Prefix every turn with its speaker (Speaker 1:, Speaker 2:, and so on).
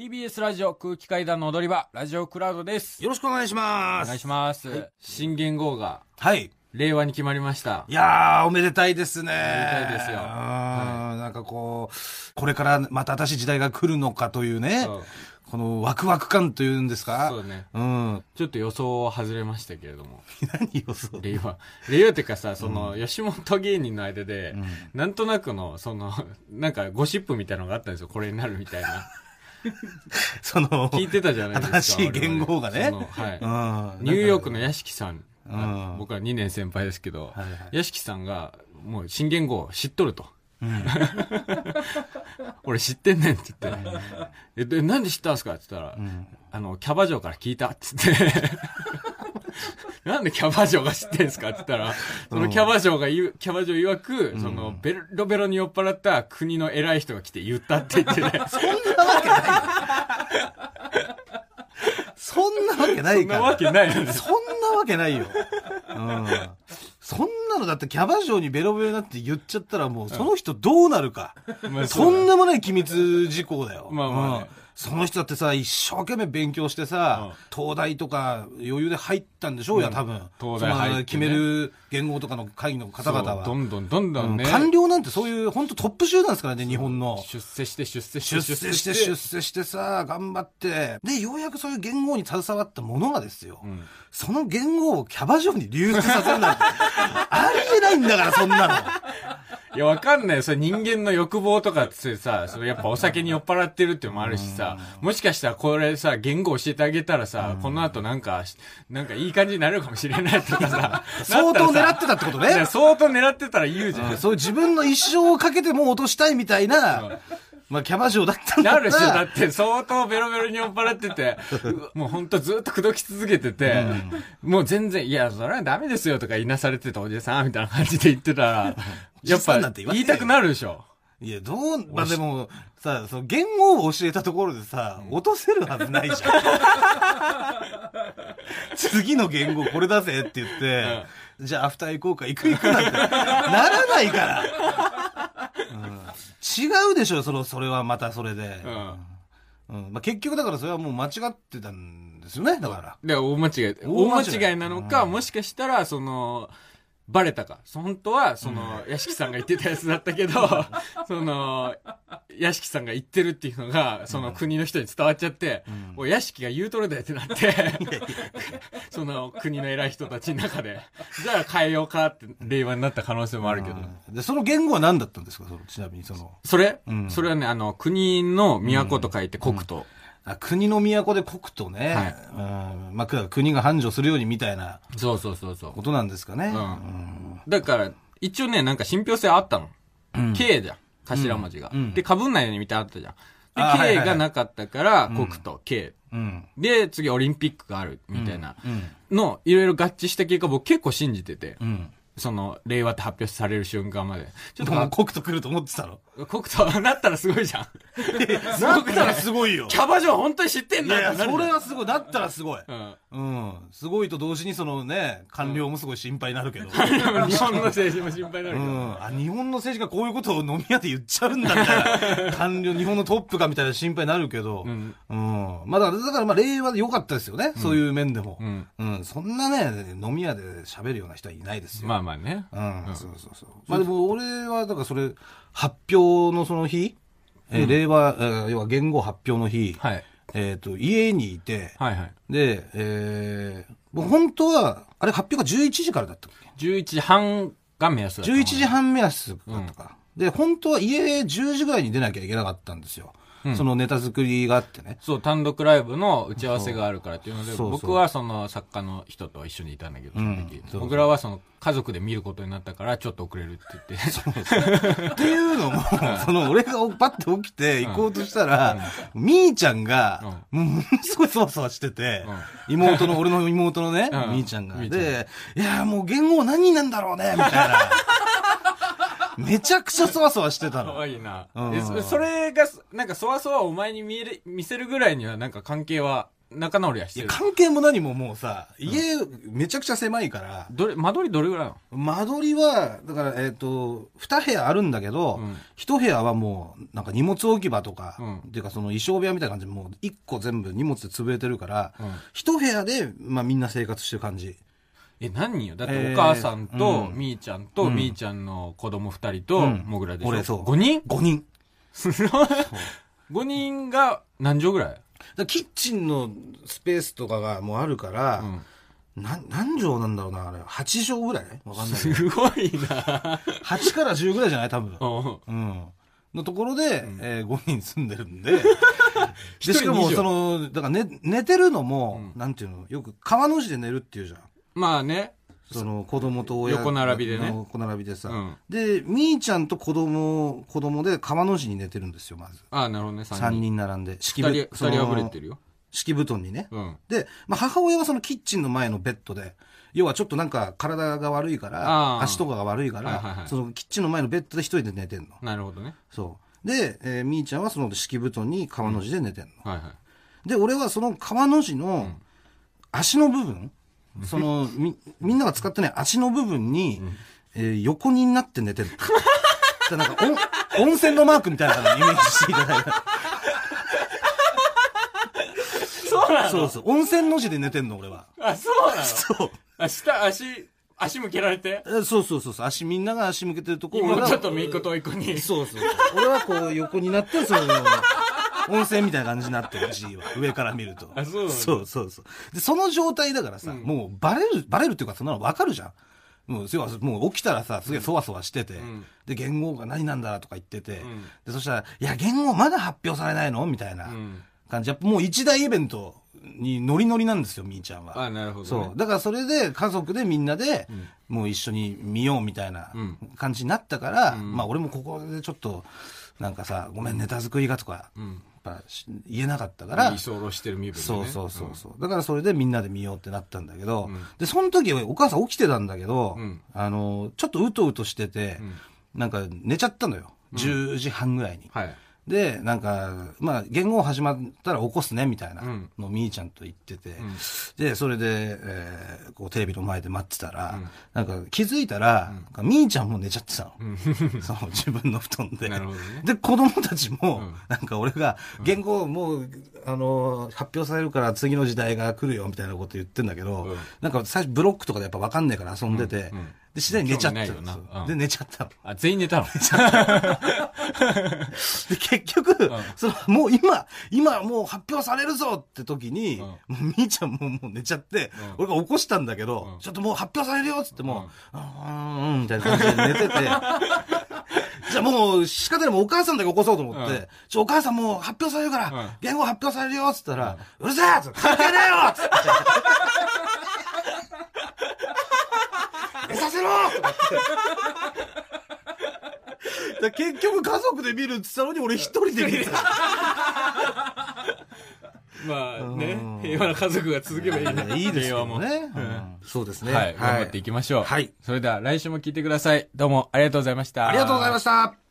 Speaker 1: TBS ラジオ空気階段の踊り場、ラジオクラウドです。
Speaker 2: よろしくお願いしま
Speaker 1: お
Speaker 2: す。
Speaker 1: 願いします。新元号が
Speaker 2: はい。
Speaker 1: 令和に決まりました
Speaker 2: い。やー、おめでたいですね。おめ
Speaker 1: でたいですよ
Speaker 2: なんかこう、これからまた新しい時代が来るのかというね、
Speaker 1: そう
Speaker 2: このワクワク感というんですか。
Speaker 1: そうね。
Speaker 2: うん。
Speaker 1: ちょっと予想は外れましたけれども。
Speaker 2: 何よ、そう。
Speaker 1: 令和。 令和っていうかさ、その、吉本芸人の間で、なんとなくの、その、なんかゴシップみたいなのがあったんですよ。これになるみたい な。
Speaker 2: その、
Speaker 1: 聞いてたじゃないですか。
Speaker 2: 新しい言語がね
Speaker 1: 我々そのはい。
Speaker 2: うん。
Speaker 1: ニューヨークの屋敷さん、
Speaker 2: ん
Speaker 1: 僕は2年先輩ですけど、
Speaker 2: はいはい
Speaker 1: 屋敷さんが、もう新元号を知っとると。 俺知ってんねんって言って、えでなんで知ったんすかって言ったら、あの、キャバ嬢から聞いたって言って、なんでキャバ嬢が知ってんすかって言ったら、そのキャバ嬢が言う、キャバ嬢曰く、その、ベロベロに酔っ払った国の偉い人が来て言ったって言って ね、
Speaker 2: そんなわけな
Speaker 1: そ
Speaker 2: い
Speaker 1: ん
Speaker 2: か
Speaker 1: な
Speaker 2: ら。
Speaker 1: わけないのに
Speaker 2: そんなわけないよ。うん。そんなのだってキャバ嬢にベロベロになって言っちゃったらもうその人どうなるか。
Speaker 1: まあ
Speaker 2: そ
Speaker 1: そうん
Speaker 2: なもない機密事項だよ。
Speaker 1: まあまあね
Speaker 2: うんその人だってさ、一生懸命勉強してさ、東大とか余裕で入ったんでしょうや、多分。
Speaker 1: 東大入ってね
Speaker 2: その決める言語とかの会議の方々は。
Speaker 1: そうどんどんどんどんね、
Speaker 2: うん官僚なんてそういう本当トップ集団ですからね、日本の。
Speaker 1: 出世して出世して
Speaker 2: 出世して出世してさ、頑張って。で、ようやくそういう言語に携わったものがですよ。
Speaker 1: ん
Speaker 2: その言語をキャバ嬢に流出させるなんて、ありえないんだから、そ んなの。
Speaker 1: いや、わかんないよ。それ人間の欲望とかってさ、それやっぱお酒に酔っ払ってるっていうのもあるしさ、もしかしたらこれさ、言語教えてあげたらさ、この後なんか、なんかいい感じになれるかもしれないとかさ、
Speaker 2: 相当狙って
Speaker 1: た
Speaker 2: たってこと
Speaker 1: らさいや
Speaker 2: ね。
Speaker 1: 相当狙ってたら言うじゃん。
Speaker 2: そういう自分の一生をかけても落としたいみたいな、まあ、キャバ嬢だったんだ
Speaker 1: な
Speaker 2: っ
Speaker 1: る
Speaker 2: た
Speaker 1: し、だ
Speaker 2: ら、
Speaker 1: って相当ベロベロに酔っ払ってて、うもうほんとずっと口説き続けてて、もう全然、いや、それはダメですよとか言いなされてたおじさんみたいな感じで言ってたら、やっ
Speaker 2: おじさ
Speaker 1: ぱ
Speaker 2: んなんて言わ
Speaker 1: 言
Speaker 2: ない
Speaker 1: いたくなるでしょ。
Speaker 2: いや、どう、まあ、でも、さ、その言語を教えたところでさ、落とせるはずないじゃん。 次の言語これだぜって言って、じゃあアフター行こうか、行く行くなんて、ならないから。うん違うでしょ、その、それはまたそれで。
Speaker 1: うん。
Speaker 2: うんまあ、結局だからそれはもう間違ってたんですよね、だから。
Speaker 1: で、大間違い。
Speaker 2: 大間
Speaker 1: 大
Speaker 2: 違い
Speaker 1: 間違いなのか、もしかしたら、その、バレたか。そ本当は、その、屋敷さんが言ってたやつだった けど、その、屋敷さんが言ってるっていうのが、その国の人に伝わっちゃって、おい、屋敷が言うとるだよってなって、 その国の偉い人たちの中で、じゃあ変えようかって、令和になった可能性もあるけど。
Speaker 2: で、その言語は何だったんですか、そのちなみにその。
Speaker 1: それ、
Speaker 2: ん
Speaker 1: それはね、あの、国の都と書いて国都。
Speaker 2: あ国の都で国とね、うんまあ、く国が繁盛するようにみたいな
Speaker 1: そうそうそうそう。
Speaker 2: ことなんですかね。
Speaker 1: うんだから、一応ね、なんか信憑性あったの。K じゃん。頭文字が。で、被んないようにみたいなのあったじゃ
Speaker 2: あ
Speaker 1: ん。
Speaker 2: は
Speaker 1: で、K
Speaker 2: いはいはい
Speaker 1: がなかったから、国と K。
Speaker 2: うん。
Speaker 1: で、次オリンピックがある、みたいな
Speaker 2: うん。
Speaker 1: の、いろいろ合致した結果、僕結構信じてて
Speaker 2: う。ん。
Speaker 1: その、令和って発表される瞬間まで。ちょ
Speaker 2: ち
Speaker 1: っ
Speaker 2: ょっ
Speaker 1: と
Speaker 2: と
Speaker 1: ま
Speaker 2: も
Speaker 1: あ
Speaker 2: う、国と来ると思ってたの。
Speaker 1: 国となったらすごいじゃ ん。
Speaker 2: なったらすごいよ。
Speaker 1: キャバ嬢本当に知ってん
Speaker 2: い
Speaker 1: だ
Speaker 2: や
Speaker 1: っ
Speaker 2: い
Speaker 1: てな
Speaker 2: や、
Speaker 1: る
Speaker 2: そ
Speaker 1: じゃ
Speaker 2: れ
Speaker 1: ん
Speaker 2: はすごい。だったらすごい。
Speaker 1: うん。
Speaker 2: うん。すごいと同時にそのね、官僚もすごい心配になる けど。
Speaker 1: でも日本の政治も心配になるけ
Speaker 2: う
Speaker 1: ど。
Speaker 2: ん。あ、日本の政治家こういうことを飲み屋で言っちゃうんだみたいな。官僚、日本のトップかみたいな心配になるけど。うんん。まあだから、だからまあ令和で良かったですよね。そういう面でも。
Speaker 1: ん
Speaker 2: うん。そんなね、飲み屋で喋るような人はいないですよ。
Speaker 1: まあまあね。
Speaker 2: うん、そうそうそう。まあでも俺は、だからそれ、発表のその日、えー令和、えー要は言語発表の日、
Speaker 1: はい。
Speaker 2: えっ、と、家にいて、
Speaker 1: はいはい。
Speaker 2: で、えー、僕本当は、あれ発表が11時からだったっけ
Speaker 1: 11時半が目安だったの
Speaker 2: ?11 時半目安だったか。で、本当は家10時ぐらいに出なきゃいけなかったんですよ。そのネタ作りがあってね。
Speaker 1: そう、単独ライブの打ち合わせがあるからっていうので、
Speaker 2: そうそう
Speaker 1: 僕はその作家の人と一緒にいたんだけど、その時
Speaker 2: うんそうそう
Speaker 1: 僕らはその家族で見ることになったから、ちょっと遅れるって言 って。
Speaker 2: っていうのも、 その俺がパッて起きて行こうとしたら、みーちゃんが、ものすごいそわそわしてて、妹の、俺の妹のね、
Speaker 1: うん
Speaker 2: みーちゃんが。
Speaker 1: みーちゃん
Speaker 2: で、いやーもう言語何なんだろうね、みたいな。めちゃくちゃそわそわしてた
Speaker 1: 可
Speaker 2: の。
Speaker 1: 愛いな
Speaker 2: う。ん
Speaker 1: でそそれが、なんかそわそわお前に見える、見せるぐらいにはなんか関係は仲直りはし
Speaker 2: い
Speaker 1: て
Speaker 2: や、
Speaker 1: る。
Speaker 2: 関係も何ももうさ、家、めちゃくちゃ狭いから、
Speaker 1: どれ、間取りどれぐらいなの
Speaker 2: 間取りは、だから、えっ、と、二部屋あるんだけど
Speaker 1: うん、
Speaker 2: 一、部屋はもう、なんか荷物置き場とか、
Speaker 1: うん
Speaker 2: っていうかその衣装部屋みたいな感じで、もう一個全部荷物で潰れてるから
Speaker 1: うん、
Speaker 2: 一、部屋で、まあみんな生活してる感じ。
Speaker 1: え、何人よだっ
Speaker 2: え
Speaker 1: て
Speaker 2: ー
Speaker 1: お母さんと、
Speaker 2: うん
Speaker 1: みーちゃんと、
Speaker 2: うん
Speaker 1: みーちゃんの子供二人と、
Speaker 2: うん
Speaker 1: もぐらでしょ
Speaker 2: 俺そう
Speaker 1: 5人
Speaker 2: 5人。
Speaker 1: ?5 人が何畳ぐらい
Speaker 2: だからキッチンのスペースとかがもうあるから、
Speaker 1: うん。
Speaker 2: なん何畳なんだろうな、あれ。8畳ぐらいわかんないけど。
Speaker 1: すごいな
Speaker 2: 8から10ぐらいじゃない多分。
Speaker 1: うん
Speaker 2: うん。のところで、え5人住んでるん で。
Speaker 1: 一人
Speaker 2: で、しかも、
Speaker 1: 二畳
Speaker 2: その、だから寝、寝てるのも、なんていうの、よく川の字で寝るっていうじゃん。
Speaker 1: まあね。
Speaker 2: その、子供と親
Speaker 1: 横並びでね
Speaker 2: 横並びでさ。
Speaker 1: うん
Speaker 2: で、みーちゃんと子供、子供で川の字に寝てるんですよ、まず。
Speaker 1: ああ、なるほどね、
Speaker 2: 3
Speaker 1: 3人。
Speaker 2: 人並んで。敷
Speaker 1: 2人、
Speaker 2: 布
Speaker 1: 二人はぶれて
Speaker 2: る。
Speaker 1: るよ。
Speaker 2: 敷布団にね。
Speaker 1: うん。
Speaker 2: で、まあ、母親はそのキッチンの前のベッドで、要はちょっとなんか体が悪いか
Speaker 1: あ
Speaker 2: ら、
Speaker 1: ー
Speaker 2: 足とかが悪いから、
Speaker 1: はいはいはい
Speaker 2: そのキッチンの前のベッドで一人で寝てんの。
Speaker 1: なるほどね。
Speaker 2: そう。で、えーみーちゃんはその敷布団に川の字で寝てんの。
Speaker 1: はいはい。
Speaker 2: で、俺はその川の字の足の部分、そのみ、みんなが使ってない足の部分に、えー横になって寝 てる。だからなんかおん温泉のマークみたいなのをイメージしていただいた。
Speaker 1: そうな
Speaker 2: そうそう。温泉の字で寝てんの、俺は。
Speaker 1: あ、そうなの
Speaker 2: そう。
Speaker 1: あ、下、足、足向けられて。
Speaker 2: えそうそうそうそう。足、みんなが足向けてるとこ、俺が
Speaker 1: 妹と姪っ子と甥っ子に。
Speaker 2: そうそうそう。俺はこう横になって、その、温泉みたいな感じになってる G は。上から見ると。
Speaker 1: あそうなんだ
Speaker 2: そうそうそうで、その状態だからさ、もうバレる、バレるっていうかそんなのわかるじゃん。もう、要はもう起きたらさ、すげえそわそわしてて、
Speaker 1: ん
Speaker 2: で、言語が何なんだとか言ってて、
Speaker 1: ん
Speaker 2: で、そしたら、いや、言語まだ発表されないのみたいな
Speaker 1: うん
Speaker 2: 感じ。やっぱもう一大イベントにノリノリなんですよ、みーちゃんは。
Speaker 1: あ、なるほどね。
Speaker 2: そう。だからそれで家族でみんなで、もう一緒に見ようみたいな
Speaker 1: うん
Speaker 2: 感じになったから、まあ俺もここでちょっと、なんかさ、ごめんネタ作りがとか、
Speaker 1: うん。
Speaker 2: やっぱし言えなかったから、
Speaker 1: 居候してる身分でね。
Speaker 2: そうそうそ
Speaker 1: ん
Speaker 2: うそう、だからそれでみんなで見ようってなったんだけど、
Speaker 1: うん
Speaker 2: で、その時お母さん起きてたんだけど、
Speaker 1: うん
Speaker 2: あの、ちょっとうとうとしてて、
Speaker 1: ん
Speaker 2: なんか寝ちゃったのよ。10時半ぐらいに。
Speaker 1: はい。
Speaker 2: で、なんか、まあ、言語始まったら起こすね、みたいなのをみーちゃんと言ってて、で、それで、えーこう、テレビの前で待ってたら、なんか気づいたら、なんかみーちゃんも寝ちゃってたの。 その自分の布団で。
Speaker 1: なるほどね
Speaker 2: で、子供たちも、なんか俺が、言語もう、あの、発表されるから次の時代が来るよ、みたいなこと言ってんだけど、
Speaker 1: うん
Speaker 2: なんか最初ブロックとかでやっぱわかんないから遊んでて、
Speaker 1: うんうん
Speaker 2: で、自然に寝ちゃったの
Speaker 1: 興味ないよなうん
Speaker 2: で、寝ちゃったの。
Speaker 1: あ、全員寝たの
Speaker 2: で、結局、その、もう今、今もう発表されるぞって時に、
Speaker 1: うん
Speaker 2: もうみーちゃんももう寝ちゃって、
Speaker 1: うん
Speaker 2: 俺が起こしたんだけど、
Speaker 1: うん
Speaker 2: ちょっともう発表されるよっつってもう、うん、うん、うん、みたいな感じで寝て て、じゃあもう仕方ないもうお母さんだけ起こそうと思って、
Speaker 1: うん
Speaker 2: ちょ、お母さんもう発表されるか
Speaker 1: う
Speaker 2: ら、
Speaker 1: ん
Speaker 2: 言語発表されるよっつったら、うるせえつって関係ねえよっつって。寝させろとか言って だから結局家族で見るって言ってたのに俺一人で見てた。
Speaker 1: まあ
Speaker 2: うん
Speaker 1: ね、平和な家族が続けばいいね。
Speaker 2: いいで
Speaker 1: 平
Speaker 2: すよ
Speaker 1: 和も
Speaker 2: ね、
Speaker 1: う
Speaker 2: うんんそうですね。
Speaker 1: はい、頑張っていきましょう。
Speaker 2: はい。
Speaker 1: それでは来週も聞いてください。どうもありがとうございました。
Speaker 2: ありがとうございました。